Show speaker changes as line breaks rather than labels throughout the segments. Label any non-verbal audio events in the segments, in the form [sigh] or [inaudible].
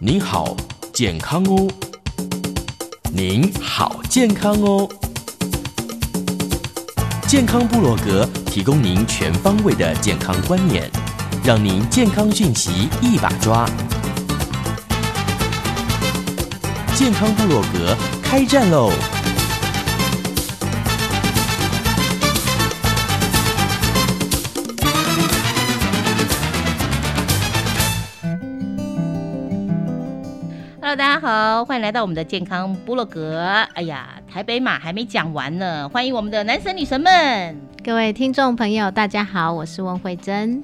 您好，健康哦！您好，健康哦！健康部落格提供您全方位的健康观念，让您健康讯息一把抓。健康部落格开战喽！
Hello，大家好，欢迎来到我们的健康部落格。哎呀，台北马还没讲完呢，欢迎我们的男神女神们。
各位听众朋友，大家好，我是温慧珍。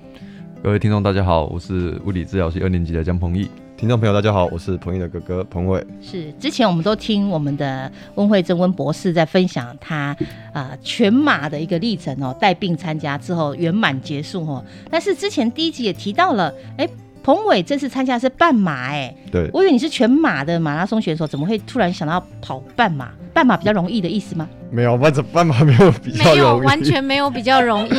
各位听众，大家好，我是物理治疗系二年级的江鹏毅。
听众朋友，大家好，我是彭毅的哥哥彭伟。
是，之前我们都听我们的温慧珍温博士在分享他呃全马的一个历程哦，带病参加之后圆满结束哦。但是之前第一集也提到了，哎，彭伟这次参加的是半马，哎，
对，
我以为你是全马的马拉松选手，怎么会突然想到跑半马？半马比较容易的意思吗？
没有，万怎办法没有比较
没有，
容易，
完全没有比较容
[laughs]
易。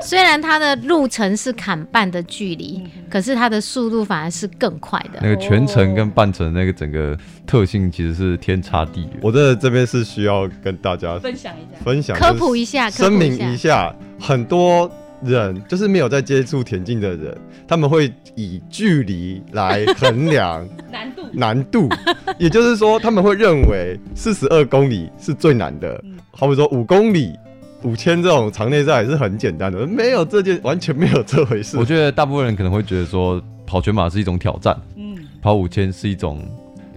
虽然它的路程是砍半的距离，可是它的速度反而是更快的。
那个全程跟半程那个整个特性其实是天差地远。
我真的这边是需要跟大家
[laughs] 分享一下。
分享
科普一下，
就是
科
声
普
明
一下
一，下，很多人就是没有在接触田径的人，他们会以距离来衡量
难度
难
[laughs]
度，也就是说，他们会认为四十二公里是最难的
嗯，
好比说五公里、五千这种长内赛也是很简单的，没有这件完全没有这回事
我。觉得大部分人可能会觉得说，跑全马是一种挑战，
嗯，
跑五千是一种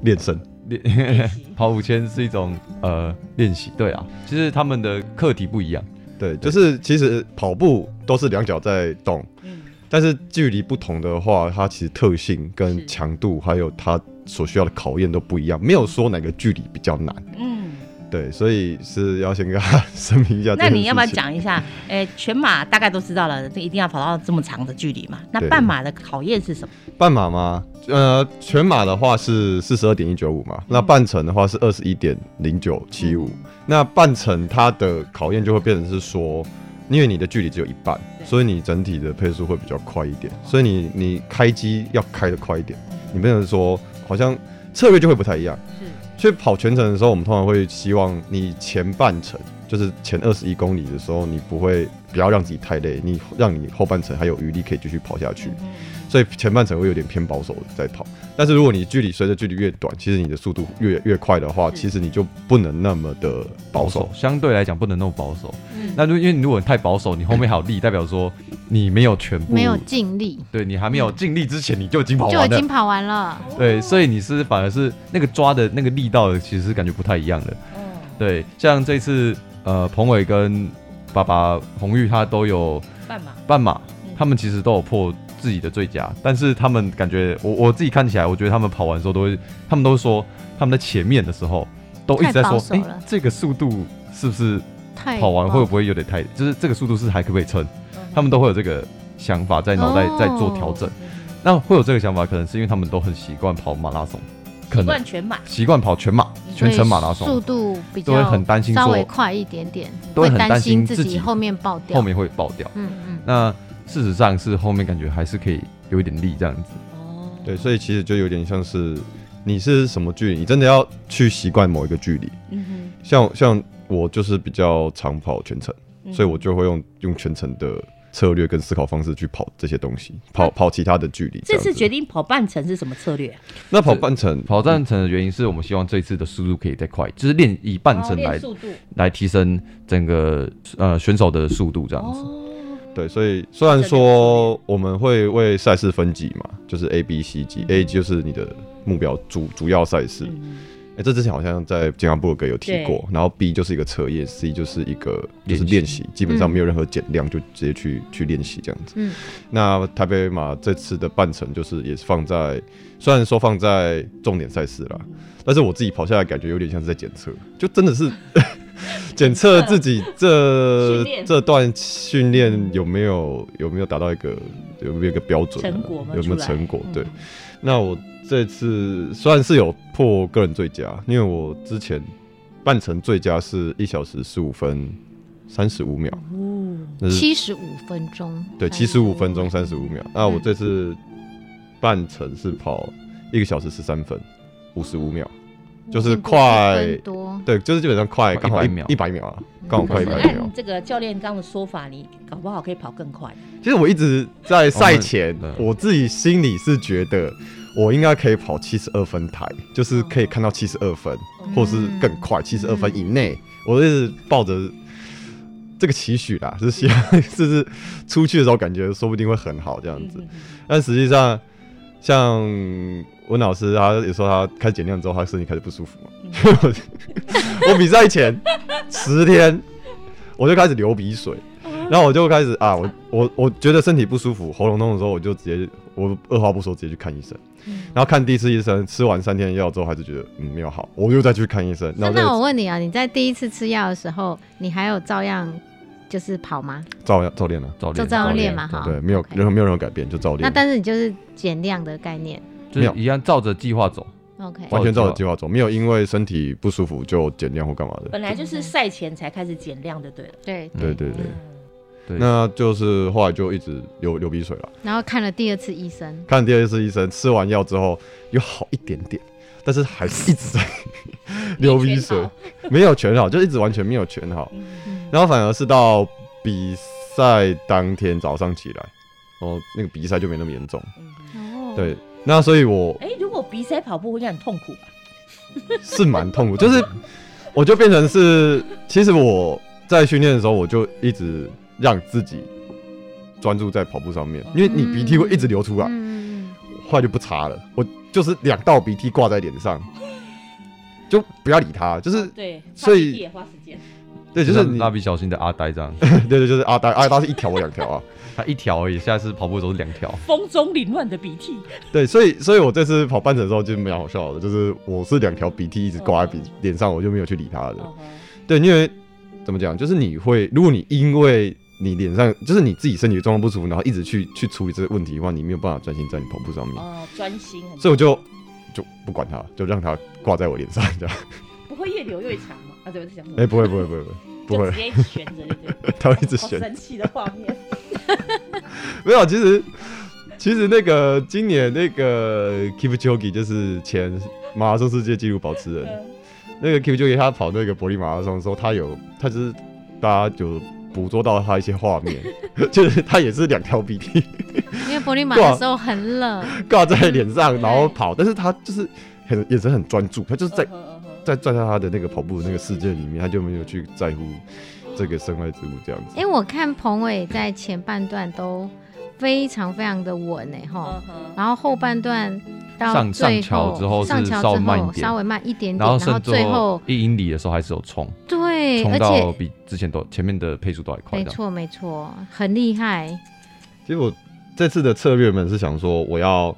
练神，
练 [laughs]
练习，
跑五千是一种呃练习。对啊，其实他们的课题不一样。
对，就是其实跑步都是两脚在动。
嗯，
但是距离不同的话，它其实特性
是
跟强度，还有它所需要的考验都不一样，没有说哪个距离比较难。
嗯。
对，所以是要先跟大家 [laughs] 声明一下这件事情。
那你要不要讲一下？诶、全马大概都知道了，这一定要跑到这么长的距离嘛？那
对
半马的考验是什么？
半马吗？呃，全马的话是四十二点一九五嘛，
嗯
那半程的话是二十一点零九七五。那半程它的考验就会变成是说，因为你的距离只有一半，
对
所以你整体的配速会比较快一点，所以你你开机要开得快一点，你不能说好像策略就会不太一样。
是
去跑全程的时候，我们通常会希望你前半程，就是前二十一公里的时候，你不会不要让自己太累，你让你后半程还有余力可以继续跑下去。所以前半程会有点偏保守地在跑，但是如果你距离随着距离越短，其实你的速度越越快的话，
是
其实你就不能那么的保守。
相对来讲不能那么保守。
嗯
那就因为你如果太保守，你后面还有力，代表说你没有全部
没有尽力，
对你还没有尽力之前，你就已经跑
就已
完了
经。跑完了。
对，所以你是反而是那个抓的那个力道，其实是感觉不太一样的。
哦
对，像这次呃，彭伟跟爸爸红玉他都有
半马，
半马
嗯，
他们其实都有破自己的最佳，但是他们感觉我我自己看起来，我觉得他们跑完的时候都会，他们都说他们在前面的时候都一直在
太保
说，
守
哎、
了
这个速度是不是
太
跑完会不会有点太，就是这个速度是还可不可以撑？
嗯
他们都会有这个想法在脑袋
哦
在做调整。
嗯
那会有这个想法，可能是因为他们都很习惯跑马拉松，
习
可能
惯全马，
习惯跑全马、全程马拉
所以
松
速，度比
都会
较
很担心说
稍微快一点点，
都会很
担
担心
自
自
己
己
后面爆掉。
后面会爆掉。
嗯嗯，
那事实上是后面感觉还是可以有一点力这样子。
哦，
对，所以其实就有点像是你是什么距离，你真的要去习惯某一个距离。
嗯
像像我就是比较常跑全程。
哼
所以我就会用用全程的策略跟思考方式去跑这些东西，跑跑其他的距离。
这次决
定，
定跑半程是什么策略啊？
那跑半程，
跑半程的原因是我们希望这次的速度可以再快，就是练以半
哦
程来、
哦练速度，
来提升整个呃选手的速度这样子。
哦，
对，所以虽然说我们会为赛事分级嘛，就是 A、B、C 级
嗯
，A 就是你的目标主主要赛事，
嗯
哎、这之前好像在健康部落格有提过
对。
然后 B 就是一个测验，C 就是一个就是
练
练
习
习，基本
嗯
上没有任何减量，就直接去去练习这样子。
嗯，
那台北马这次的半程就是也是放在，虽然说放在重点赛事啦，但是我自己跑下来感觉有点像是在检测，就真的是 [laughs] 检测自己
训
这
练
这段训练有没有有没有达到一个有没有一个标准啊、
成果吗
有没有
出来
成果
嗯？
对，那我这次虽然是有破个人最佳，因为我之前半程最佳是一小时十五分三十五秒，
嗯
那是
七十五分钟，
对七十五分钟三十五秒。那我这次半程是跑一个小时十三分五十五秒，就
进
是
步嗯哎十
快
分多，
对，就是基本上快
快
刚好
100
一
秒
一百秒啊，刚好快一
可
百
是
秒
按。这个教练刚的说法，你搞不好可以跑更快。
其实我一直在赛前
哦那，对
我自己心里是觉得我应该可以跑七十二分台，就是可以看到七十二分，或是更快，七十二分以内。我一直抱着这个期许啦，是希望就是出去的时候感觉说不定会很好这样子。但实际上，像温老师，他也说他开始减量之后，他身体开始不舒服嘛。 [laughs] 我我比赛前十天，我就开始流鼻水，
嗯
然后我就开始啊，我我我觉得身体不舒服，喉咙痛的时候，我就直接我二话不说直接去看医生。
嗯
然后看第一次医生，吃完三天药之后，还是觉得嗯没有好，我又再去看医生。然
那
后再
那我问你啊，你在第一次吃药的时候，你还有照样就是跑吗？
照样照练了、
早
哦就
练
照样
照
练
练
嘛，哈。
对，没有
啊 OK
任何没有任何改变，就照
那
练，
但是你就是减量的概念
就
没
是
有
一样照着计划走。
，OK？
完全照着计划走，没有因为身体不舒服就减量或干嘛的。
本来就是赛前才开始减量就对了。
对
对对对，
嗯
对，
那就是后来就一直流流鼻水了。
然后看了第二次医生，
看第二次医生，吃完药之后有好一点点，但是还是一直在流鼻水
没全，
[laughs] 没有全好，就嗯一直完全没有全好。然后反而是到比赛当天早上起来，哦，那个鼻塞就没那么严重。
哦，
对，那所以我
哎，如果鼻塞跑步应该很痛苦吧？
是蛮痛 [laughs] 苦，就是我就变成是，其实我在训练的时候，我就一直让自己专注在跑步上面，因为你鼻涕会一直流出来。
嗯，
后来就不擦了，我就是两道鼻涕挂在脸上，就不要理他，就是
哦对，
所以
也花时间。
对，就
就是是
你，
蜡笔小新的阿呆这样，
对对，就是啊阿呆，阿呆是一条我两条啊， [laughs]
他一条而已，下次跑步都是两条。
风中凌乱的鼻涕，
对，所以所以我这次跑半程的时候就蛮好笑的，就是我是两条鼻涕一直挂在鼻脸上，我就没有去理他的，
哦
对，因为怎么讲，就是你会，如果你因为你脸上就是你自己身体状况不舒服，然后一直去去处理这个问题的话，你没有办法专心在你跑步上面，
哦，专心很，
所以我就就不管他，就让他挂在我脸上这样，
不会越流越长吗？啊，对，我在讲什么
哎、不会不会不会不会不
就哦
会
直，接悬着就对了，
[laughs] 他会一直
好
选。
神奇的画面。
[laughs] 没有，其实其实那个今年那个 Kipchoge 就是前马拉松世界纪录保持人，
嗯
那个 Kipchoge 他跑那个柏林马拉松的时候，他有他就是大家有捕捉到他一些画面，就是他也是两条鼻涕 [laughs]
嗯因为柏林马
对啊
的时候很冷，
挂在脸上，
嗯
然后跑，但是他就是很眼神很专注，他就是在
嗯嗯嗯
在在他的那个跑步的那个世界里面，他就没有去在乎这个身外之物这样子
哎、。我看彭伟在前半段都非常非常的稳哎哈
嗯，嗯
然后后半段到
上
最
上桥之后是
上桥
稍
之
微慢一
后
点
稍微慢一点点，然
然后
后
甚至
最后
一英里的时候还是有冲，
对，
冲
而
到
且
比之前都前面的配速都还快
没
这样。
错没错，很厉害，
其实我这次的策略们是想说，我要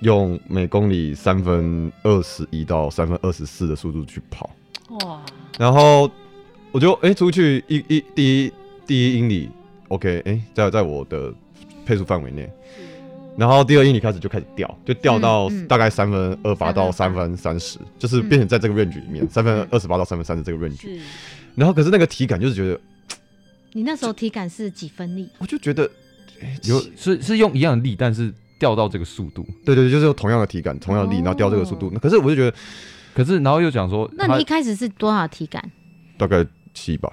用每公里三分二十一到三分二十四的速度去跑，
嗯哇，
然后我就哎、诶出去一一第一第一英里，OK，哎、在在我的配速范围内，然后第二英里开始就开始掉，就掉到
嗯嗯嗯
大概三分二八到三
3
分三十，就是变成在这个 range 里面，三分二十八到三分三十这个 range，
是
然后可是那个体感就是觉得，
你那时候体感是几分力？
我就觉得。
有
有
是是用一样的力，但是掉到这个速度，
对对，对就是有同样的体感，同样的
哦
力，然后掉这个速度。那可是我就觉得
可是然后又讲说，
那
他
你一开始是多少体感？
大概七吧，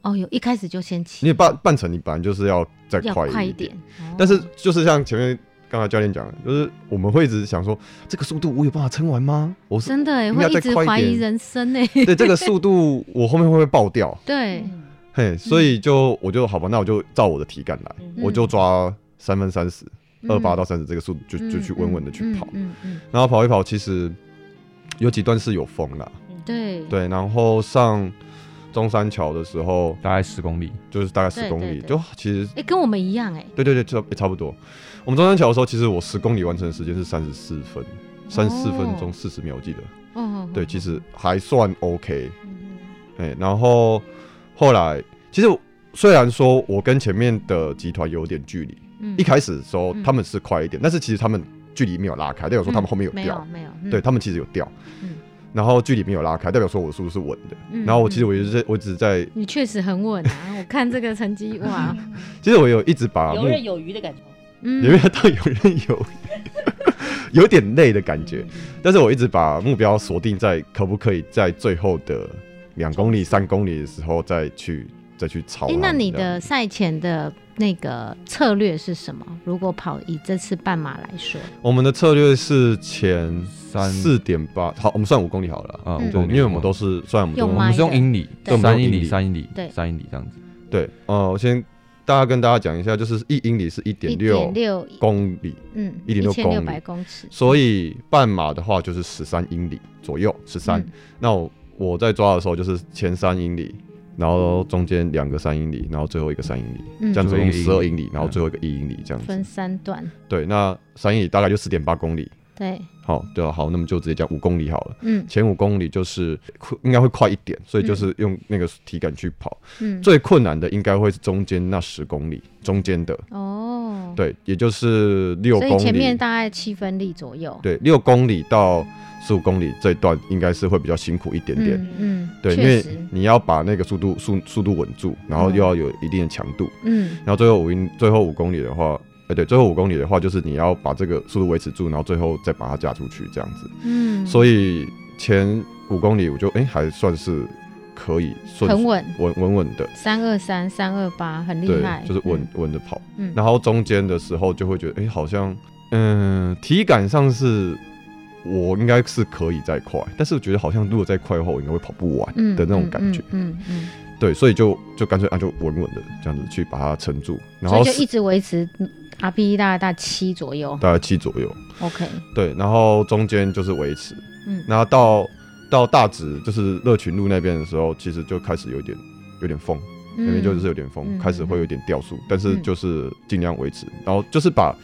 哦，有一开始就先起，
你半半程你本来就是要再
要
快
快
一
点，，哦
但是就是像前面刚才教练讲的，就是我们会一直想说，这个速度我有办法撑完吗？我是
[laughs] 真的哎，
应该
会
再
一直
快一
怀疑
点
人生哎，
对这个速度我后面会不会爆掉？
嗯
[laughs] 对，嗯
嘿，所以就我就好吧，那我就照我的体感来，
嗯
我就抓三分三十二八
嗯
到三十这个速度，就就去稳稳的去跑，
嗯嗯嗯
然后跑一跑，其实有几段是有风啦，
嗯，对，
对，然后上中山桥的时候
大概十公里，
就是大概十
对
公
对
里，
对
就其实
哎，跟我们一样哎，
对对对，差差不多。我们中山桥的时候，其实我十公里完成的时间是三十四分，三十四分钟四十秒，我记得。
哦，
对，其实还算 OK。
嗯
哎、然后后来，其实虽然说我跟前面的集团有点距离，
嗯
一开始的时候
嗯
他们是快一点，但是其实他们距离没有拉开，代表说他们后面有
没
掉，
有没有，嗯
对，他们其实有掉。
嗯
然后距离没有拉开，代表说我速度是稳的。
嗯
然后我其实
嗯
我一直在，我只是在，
你确实很稳
[laughs]
啊，我看这个成绩哇，
其实我有一直把
游
目
刃有余的感觉。
嗯
有没有到游刃有余？ [laughs] 有点累的感觉。但是我一直把目标锁定在可不可以在最后的两公里、三公里的时候再去再去超
哎、
它啊们这样。
那你的赛前的那个策略是什么？如果跑以这次半马来说，
我们的策略是前
三
四点八，好，我们算五公里好了。
嗯
啊，五
对，
公里
因为我们都是虽然我们
用
我
都
们是用英里，
对
三英
我们用英
里，
里
三英里，
对
三英里这样子。
对，呃，我先大家跟大家讲一下，就是一英里是一
一
点六
点六，
公里，
嗯，
1.6
千六
公
百
里
公尺，
所以半马的话就是十三英里左右，十三、
嗯
那我我在抓的时候就是前三英里，然后中间两个三英里，然后最后一个三英里，
嗯
这样总共
最
十
后一个
二
英
英里，然后最后一个一英里这样
分
子。
三段，
对，那三英里大概就四点八公里。
对，
好，对啊，好，那么就直接讲五公里好了。
嗯
前五公里就是快应该会快一点，所以就是用那个体感去跑。
嗯，
最困难的应该会是中间那十公里，中间的
哦，，
对，也就是六
所
公
以
里。
前面大概七分力左右，
对，六公里到十五公里这一段应该是会比较辛苦一点点。
嗯嗯，
对，因
确
为
实，
你要把那个速度速速度稳住，然后又要有一定的强度，
嗯
然后最后五英最后五公里的话，哎、对，最后五公里的话就是你要把这个速度维持住，然后最后再把它加出去这样子。
嗯，
所以前五公里我就哎、还算是可以顺
很稳，
稳稳稳的，
三二三三二八很厉
对
害，，
就是稳稳的跑。
嗯，嗯，
然后中间的时候就会觉得，哎、好像，嗯、体感上是我应该是可以再快，但是我觉得好像如果再快的话，我应该会跑不完
嗯
的那种感觉。
嗯嗯嗯，
对，所以就就干脆啊，就稳稳的这样子去把它撑住，然
所
后
以就是一直维持 RPE 大概大概七左右
大概七左右，
，OK，
对，然后中间就是维持，
嗯，
那到到大直就是乐群路那边的时候，其实就开始有点有点风，那边就是有点风，
嗯
开始会有点掉速，但是
嗯
就是尽量维持，然后就是把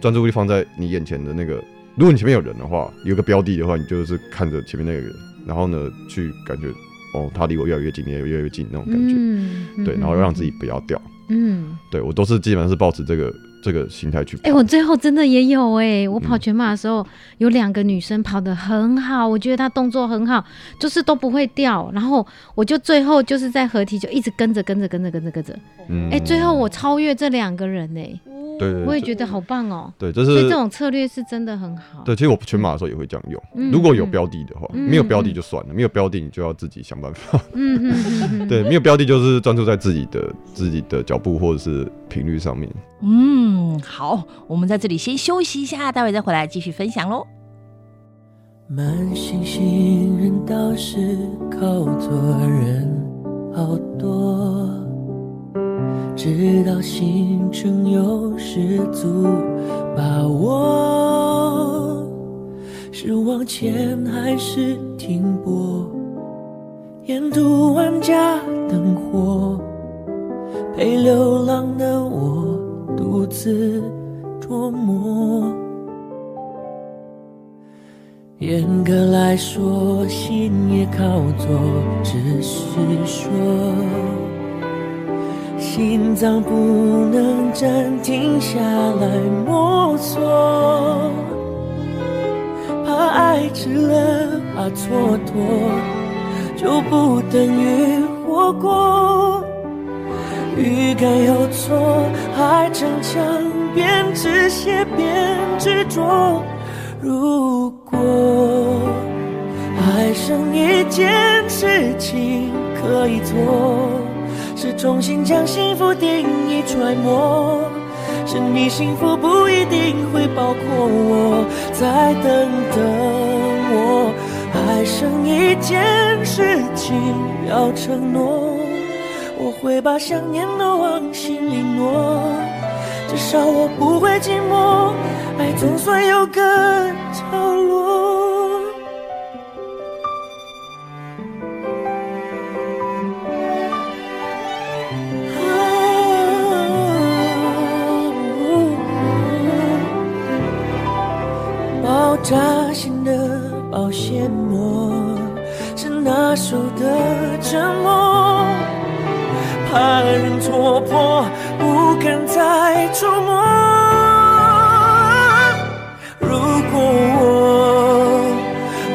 专注力放在你眼前的那个，如果你前面有人的话，有个标的的话，你就是看着前面那个人，然后呢去感觉哦，他离我越来越近，也越来越近那种感觉，
觉
对，然后让自己，不要掉，
嗯。
对我都是基本上是保持这个这个心态去跑，
哎、我最后真的也有哎、我跑
嗯
全马的时候，有两个女生跑得很好，我觉得她动作很好，就是都不会掉。然后我就最后就是在合体就一直跟着跟着跟着跟着跟着，
嗯
哎、最后我超越这两个人哎、
对对
我也
这
觉得好棒哦、
对，这
所以
是
这种策略是真的很好。
对，其实我全马的时候也会这样用，
嗯
如果有标的的话，
嗯
没有标的
嗯
就算了，没有标的你就要自己想办法。
嗯，嗯嗯嗯，
[laughs] 对，没有标的就是专注在自己的自己的脚步或者是频率上面。
嗯，好，我们在这里先休息一下，待会再回来继续分享喽。
慢性行人倒是靠做人好多，直到心中有十足把握，是往前还是停泊？沿途万家灯火，陪流浪的我独自琢磨。严格来说，心也靠左，只是说心脏不能暂停下来摸索，怕爱迟了，怕蹉跎，就不等于活过。预感有错，还逞强，边止血边执着。如果还剩一件事情可以做，是重新将幸福定义揣摩。是你幸福不一定会包括我，再等等我。还剩一件事情要承诺，我会把想念都往心里挪。至少我不会寂寞，爱总算有个角落。啊爆炸性的保鲜膜是那首的沉默。怕人戳破，不敢再触摸。如果我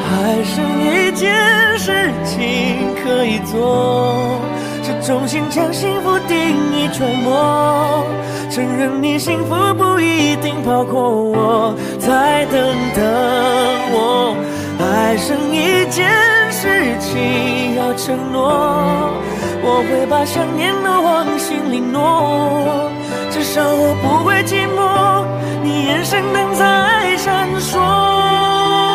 还剩一件事情可以做，是重新将幸福定义揣摩，承认你幸福不一定包括我，再再等等我，还剩一件事情要承诺，我会把想念都往心里挪，至少我不会寂寞，你眼神灯在闪烁。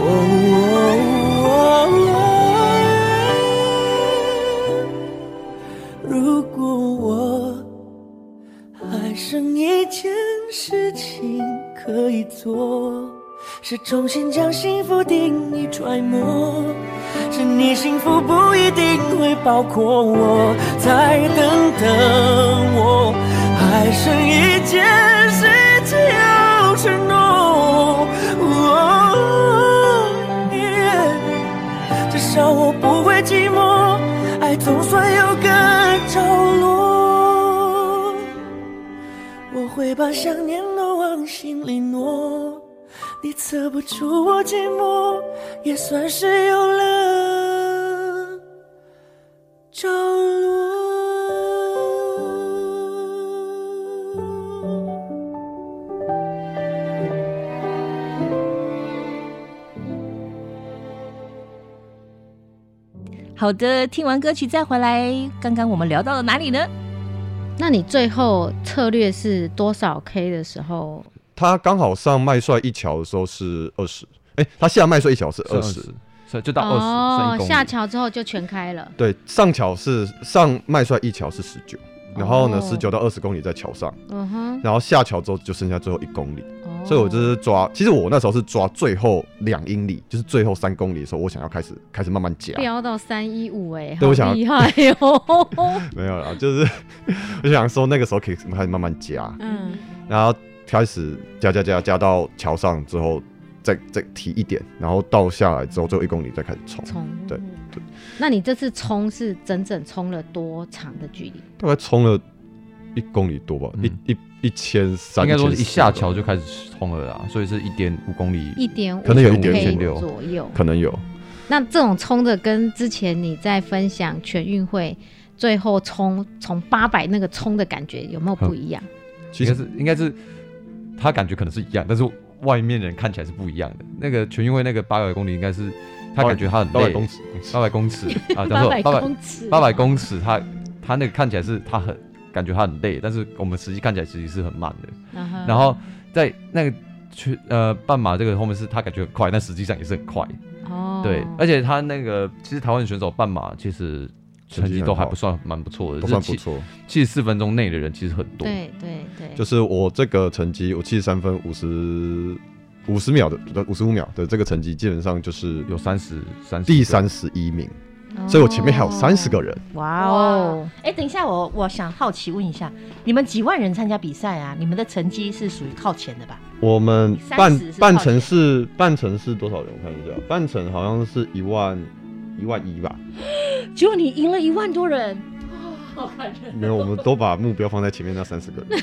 哦如果我还剩一件事情可以做，是重新将幸福定义揣摩，是你幸福不一定会包括我，再等等我，还剩一件事情要承诺。哦 yeah 至少我不会寂寞，爱总算有个着落。我会把想念都往心里挪，你测不出我寂寞，也算是有了着落。
好的，听完歌曲再回来，刚刚我们聊到了哪里呢？
那你最后策略是多少 K 的时候？
他刚好上麦帅一桥的时候是二十，哎，他下麦帅一桥是二十，
20，所以就到二十、算一公
哦
里
下桥之后就全开了。
对，上桥是上麦帅一桥是十九，然后呢
哦
十九到二十公里在桥上，
嗯哼，
然后下桥之后就剩下最后一公里，
哦
所以我就是抓，其实我那时候是抓最后两英里，就是最后三公里的时候，我想要开始开始慢慢加，
飙到三一五哎，
对我
好
想
厉害哦。 [laughs]
没有啦，就是 [laughs] 我想说那个时候可以开始慢慢加，
嗯，
然后开始加加加加到桥上之后，再再提一点，然后到下来之后最后一公里再开始冲，
冲。
对对
那你这次冲是整整冲了多长的距离？
大概冲了一公里多吧，
嗯
一一一千三，
应该说是一下
1400吧
桥就开始冲了啦，所以是一点五公里，
一点五，
可能有一点
1.5
左右。
可能有，
那这种冲的跟之前你在分享全运会最后冲从八百那个冲的感觉有没有不一样？
其
应该
实
是应该是他感觉可能是一样，但是外面人看起来是不一样的。那个全运会那个八百公里应该是他感觉他很
八百
累，
公尺，
八百
[laughs]
公尺啊，叫
八
做
百
八百
公尺，
八百公尺，他他那个看起来是他很感觉他很累，但是我们实际看起来其实是很慢的。
嗯哼，
然后在那个去呃半马这个后面是他感觉很快，但实际上也是很快。
哦，
对，
哎
而且他那个其实台湾选手半马其实成
成绩
绩
很
都还
好
不算蛮不错的，
都算
就是
不
七
错。
七十四分钟内的人其实很多。
对对对，
就是我这个成绩，我七十三分五十五十秒的呃五十五秒的这个成绩，基本上就是
有三十三
第三十一名，
哦
所以我前面还有三十个。人，
哇哦，
哎、等一下我，我想好奇问一下，你们几万人参加比赛啊？你们的成绩是属于靠前的吧？
我们
30
半
是靠
半程是半程是多少人？我看一下，半程好像是一万一万一吧。呃
结果你赢了一万多人，好感人。
没有，我们都把目标放在前面那三十个人。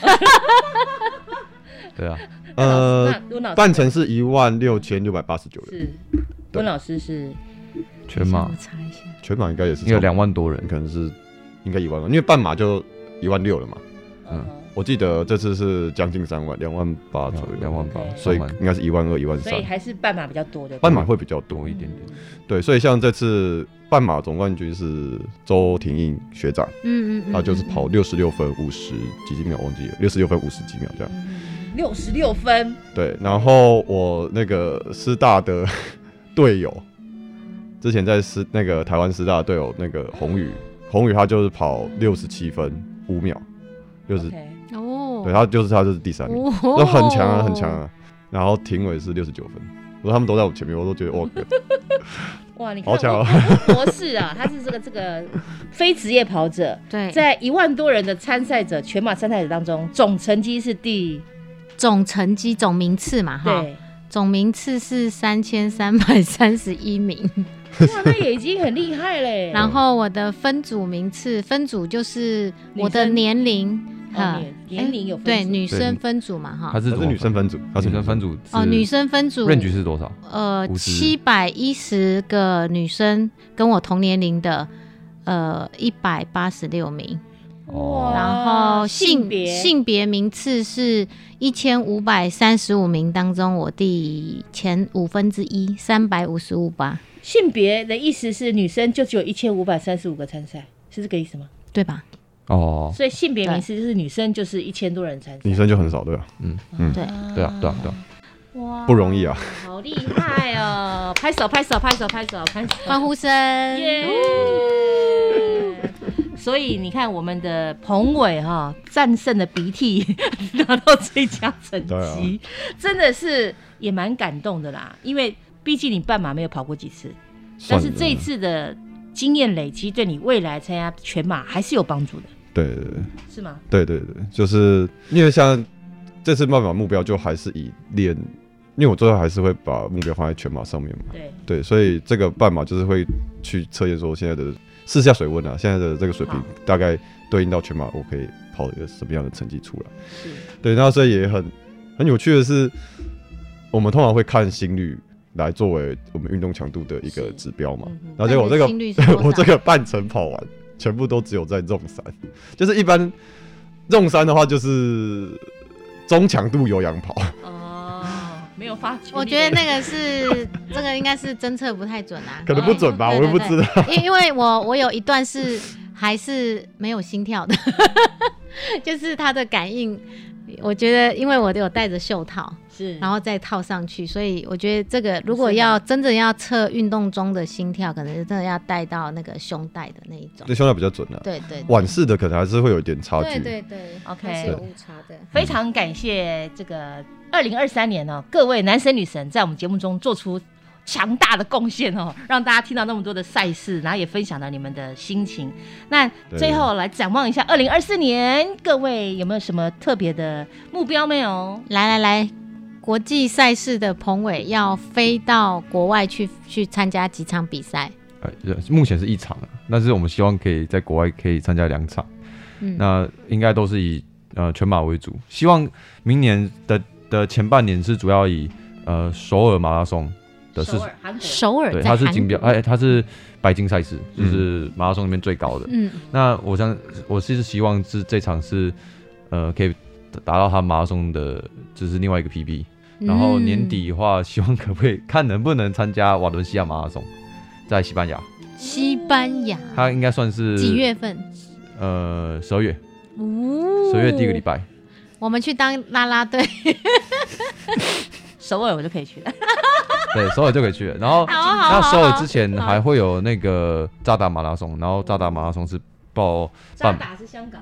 对
[laughs]
啊，
呃，
温老师
半程是一万六千六百八十九人，
是
对
温老师是
全
等一
马
下我查一下，
全马应该也是
应该有两，万多人，
可能是应该一万吧，因为半马就一万六了嘛。
嗯
我记得这次是将近三万，两万八左右，
两万八，
嗯所以
三万
应该是一万二、一万
所
三
以，还是半马比较多的。
半马会比较多
多
一
一
点。
点点。
对，所以像这次半马总冠军是周婷映学长，
嗯嗯嗯，
他就是
嗯
跑六十六分五十几几秒，忘记了，六十六分五十几秒这样。
六十六分，
对，然后我那个师大的 [laughs] 队友，之前在师那个台湾师大的队友那个宏宇，宏宇他就是跑六十七分五秒，六十
OK
哦，
对他就是他就是第三名。
哦，
那很强啊，很强啊。然后评委是六十九分，我说他们都在我前面，我都觉得
[laughs]
哇，
哇，你看
好
我
巧啊
我博士啊，他是这个这个非职业跑
[laughs]
者，
对，在
在一万多人的参赛者全马参赛者当中，总成绩是第
总成绩总名次嘛哈，
对，
总名次是三千三百三十一
[laughs]
名，
哇，那也已经很厉害嘞。
[laughs] 然后我的分组名次，分组就是我的
女生
年龄，
哦
哈哎
年年龄有分
呃对
组
女
对
生分组嘛
他
哈，
是
她
怎
是
么
女生分组，她
分，
是
女生分组
哦，女生分组
range 是多少？
呃
50
七百一十个女生跟我同年龄的，呃一百八十六名，
哦
然后
性
性
别
性别名次是一千五百三十五名当中，我第前五分之一，三百五十五吧，
性别的意思是女生就只有一千五百三十五个参赛，是这个意思吗？
对吧？
哦，
所以性别名词就是女生就是一千多人参赛
女，生就很少，对吧？
对，
对啊，对啊，对啊，
哇
不容易啊，
好厉害哦！ [laughs] 拍手，拍手，拍手，拍手，拍手，
欢呼声，
耶！所以你看，我们的彭伟哈、战胜了鼻涕， [laughs] 拿到最佳成绩，
对啊
真的是也蛮感动的啦。因为毕竟你半马没有跑过几次，但
算
是
了
这一次的经验累积，对你未来参加全马还是有帮助的，
对对对
是吗？
对对对，就是因为像这次慢马目标就还是以练，因为我最后还是会把目标放在全马上面嘛。
对，
对，所以这个半马就是会去测验说现在的试下水温啊，现在的这个水平
好
大概对应到全马，我可以跑一个什么样的成绩出来。
是
对，那所以也很很有趣的是，我们通常会看心率来作为我们运动强度的一个
是
指标嘛
嗯哼。
然后结果我这
那你的
个
心率是多少
[laughs] 我这个半程跑完，全部都只有在重山，就是一般重山的话就是中强度有氧跑，
哦，没有发觉。
我觉得那个是这个应该是侦测不太准啊，
可能不准吧，我也不知道。
因因为我我有一段是还是没有心跳的， [laughs] 就是他的感应，我觉得因为我有戴着袖套，
是，
然后再套上去，所以我觉得这个如果
是的
要真的要测运动中的心跳，可能是真的要带到那个胸带的那一种
对，。相对比较准啊。
对对
晚市的可能还是会有一点差距。
对对对
OK
还是有误差的。
非常感谢这个二零二三年哦，各位男神女神在我们节目中做出强大的贡献哦，让大家听到那么多的赛事，然后也分享了你们的心情。那最后来展望一下二零二四年，各位有没有什么特别的目标没有？
来来来，国际赛事的彭伟要飞到国外去去参加几场比赛。
呃，目前是一场啊，但是我们希望可以在国外可以参加两场，
嗯，
那应该都是以呃全马为主，希望明年的的前半年是主要以呃首尔马拉松的是
首，尔韩国
首尔
对，
在
它是
韩
锦标，
国
哎，它是白金赛事，
嗯
就是马拉松里面最高的，
嗯，
那我想，我是希望是这场是，呃，可以达到他马拉松的，就是另外一个 PB。然
嗯
后年底的话，希望可不可以看能不能参加瓦伦西亚马拉松，在西班牙，
嗯西班牙
它应该算是
几？月份？
呃，十二月，
哦
十二月第一个礼拜。
我们去当啦啦
[laughs]
队，
首尔我就可以去了。
对，首尔就可以去了。然后
好好好
那首
好
尔之前还会有那个扎达马拉松，然后扎达马拉松是报办
是香港、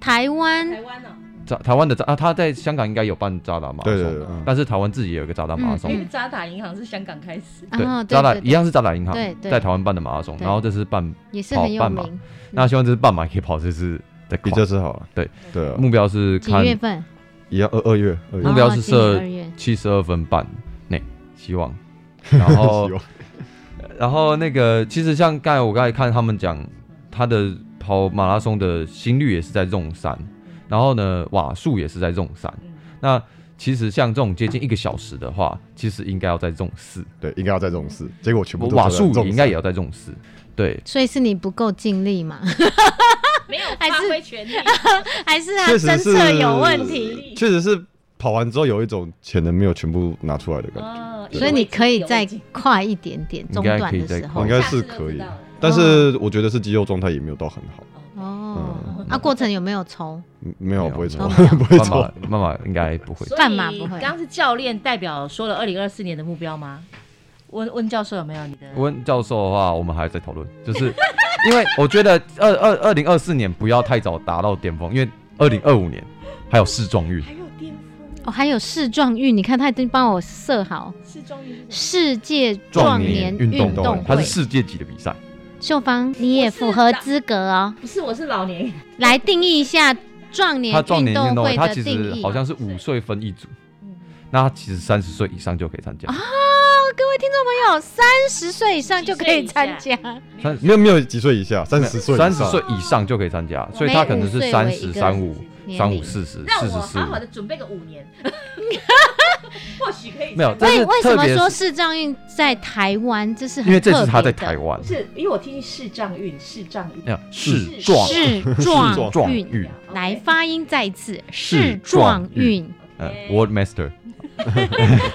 台湾
湾哦，
嗯
扎台湾的扎啊，他在香港应该有办扎达马拉
对
松，
对对，嗯
但是台湾自己也有一个扎达马拉松。
嗯
渣打银行是香港开始。
啊
对，
对
渣打
对对
一样是渣打银行
对对
在台湾办的马拉松，
对嗯
然后这是办，
也是很有
跑半马
名。
那希望这是半马可以跑这次的
比这次好了。
对嗯
对啊，
目标是
几
看
月份？
一样二二月二月
目标是设
哦今年二月
七十二分半内，希
[laughs]
望。然后
希望
然后那个其实像刚才我刚才看他们讲，他的跑马拉松的心率也是在这种三，然后呢瓦数也是在这种三，
嗯
那。其实像这种接近一个小时的话，其实应该要在这种四，
对，应该要在这种事，结果全部都
瓦
在这
数
种事
也应该也要在这种四，对，
所以是你不够尽力
[laughs]
嘛？
没 [laughs] 有
还是
全力，
还是他
确实
侦
是
测有问题？
确实是跑完之后有一种潜能没有全部拿出来的感觉，
哦
所以你可以再
有位置
快一点点，
应
中
该
断
可以
的
再
时
快
候
应
一
该
点
下
是
次就
可
知
以
道了。
但是我觉得是肌肉状态也没有到很好，
嗯
哦。啊，过程有没有抽？
嗯没有
没有
不会
哦
错， [laughs]
没有
不会
慢
错
慢，慢慢应该不会。
所以
干嘛不会
刚刚是教练代表说了二零二四年的目标吗？问问教授有没有你的？
温教授的话，我们还在讨论，就是因为我觉得二二二零二四年不要太早达到巅峰，因为二零二五年还有世壮运，
哦，还有世壮运，你看他已经帮我设好世界
壮
年
运
运
动
动
会
它是
会。
世界级的比赛。
秀芳，你也符合资格哦，
不是，我是老年人。
来定义一下壮年
它壮
运
年运
动
动
会
会，它
的
其
定
实
义。嗯
好像是五岁分一组，那它其实三十岁以上就可以参加。
哦，各位听众朋友，三十岁以上就可以参
几岁
加，
三
没有没有几岁以下，三十岁以
三
上
十岁以上就可以参加，所以他可能是三
哦每五岁为
十
一个
三五、
年龄
三五四十、
让
四
我
十四
好好
五
的。准备个五
[laughs]
年，或许可以
没有
参加
但
为
是
为什
特
么
别
说
是
视障运在台湾？这是很
因为这
特
次他在
别
台
的
湾，
是因为我听视障运，视障运
没有视
是
壮
是
是
壮
壮
运。啊
玉，
来发音再一次，
是
是
壮
壮
运
运。
呃，Word Master，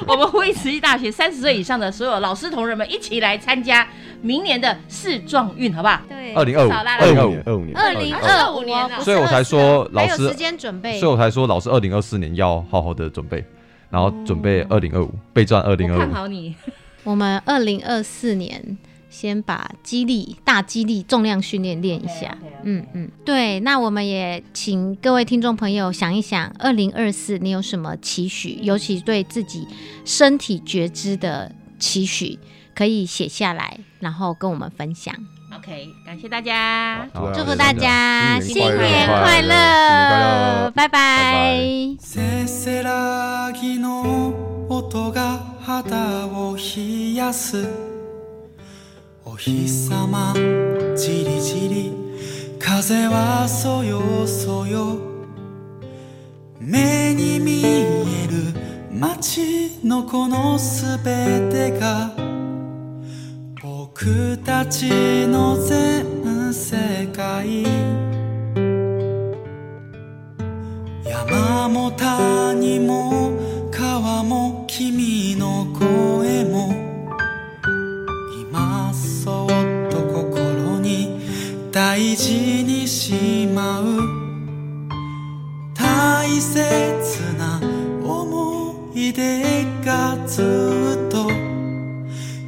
我们威慈一大学三十岁以上的所有老师同仁们一起来参加明年的视壮运，好不好？
对
二零二五，
少啦
二零
二
二
五
五
年，，二
二
五年，
零二
2025
五
年啊
年，
所以我才说老
啊还有
师
时间准备
所以。我才说老师二零二四年要好好的准备，然后准备
哦
二零二五备战二零
我
二
看
五。
好你，
我们二零二四年先把肌力、大肌力、重量训练练一下
OK，OK，OK。
嗯嗯，对。那我们也请各位听众朋友想一想，二零二四你有什么期许？尤其对自己身体觉知的期许，可以写下来，然后跟我们分享。
OK，感谢大家。
好
祝福大家
新
新
年快
年快乐
乐新年快乐，
拜拜。
せせらぎの音が肌を冷やすお日様じりじり風はそよそよ目に見える街のこのすべてが僕たちの全世界山も谷も川も君の声も今そっと心に大事にしまう大切な思い出がずっと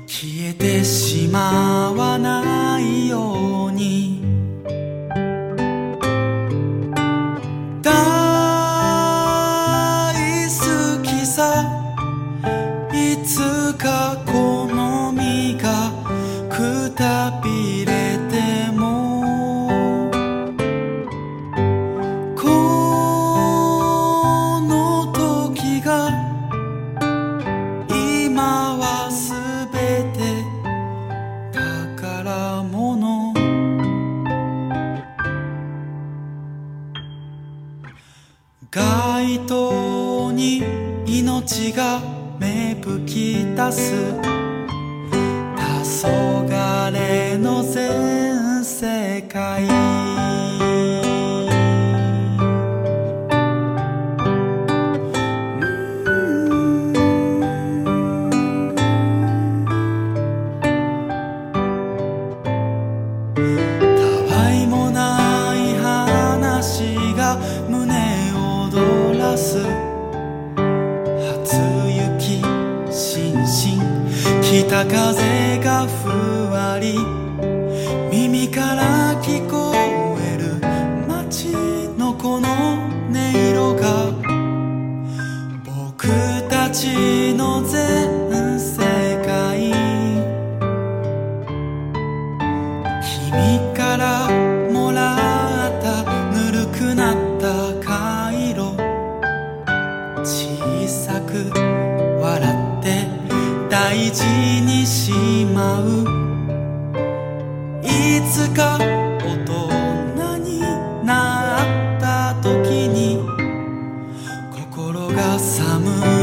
消えてしまわないように大好きさいつかこの身がくたびれてもこの時が今はすべて宝物街灯に命が芽吹き出す黄昏の全世界たわいもない話が胸躍らす初雪しんしん北風がふわり耳から聞こえる街のこの音色が僕たちの全世界君からもらったぬるくなった回路小さく笑って大事にしまういつか大人になった時に心が寒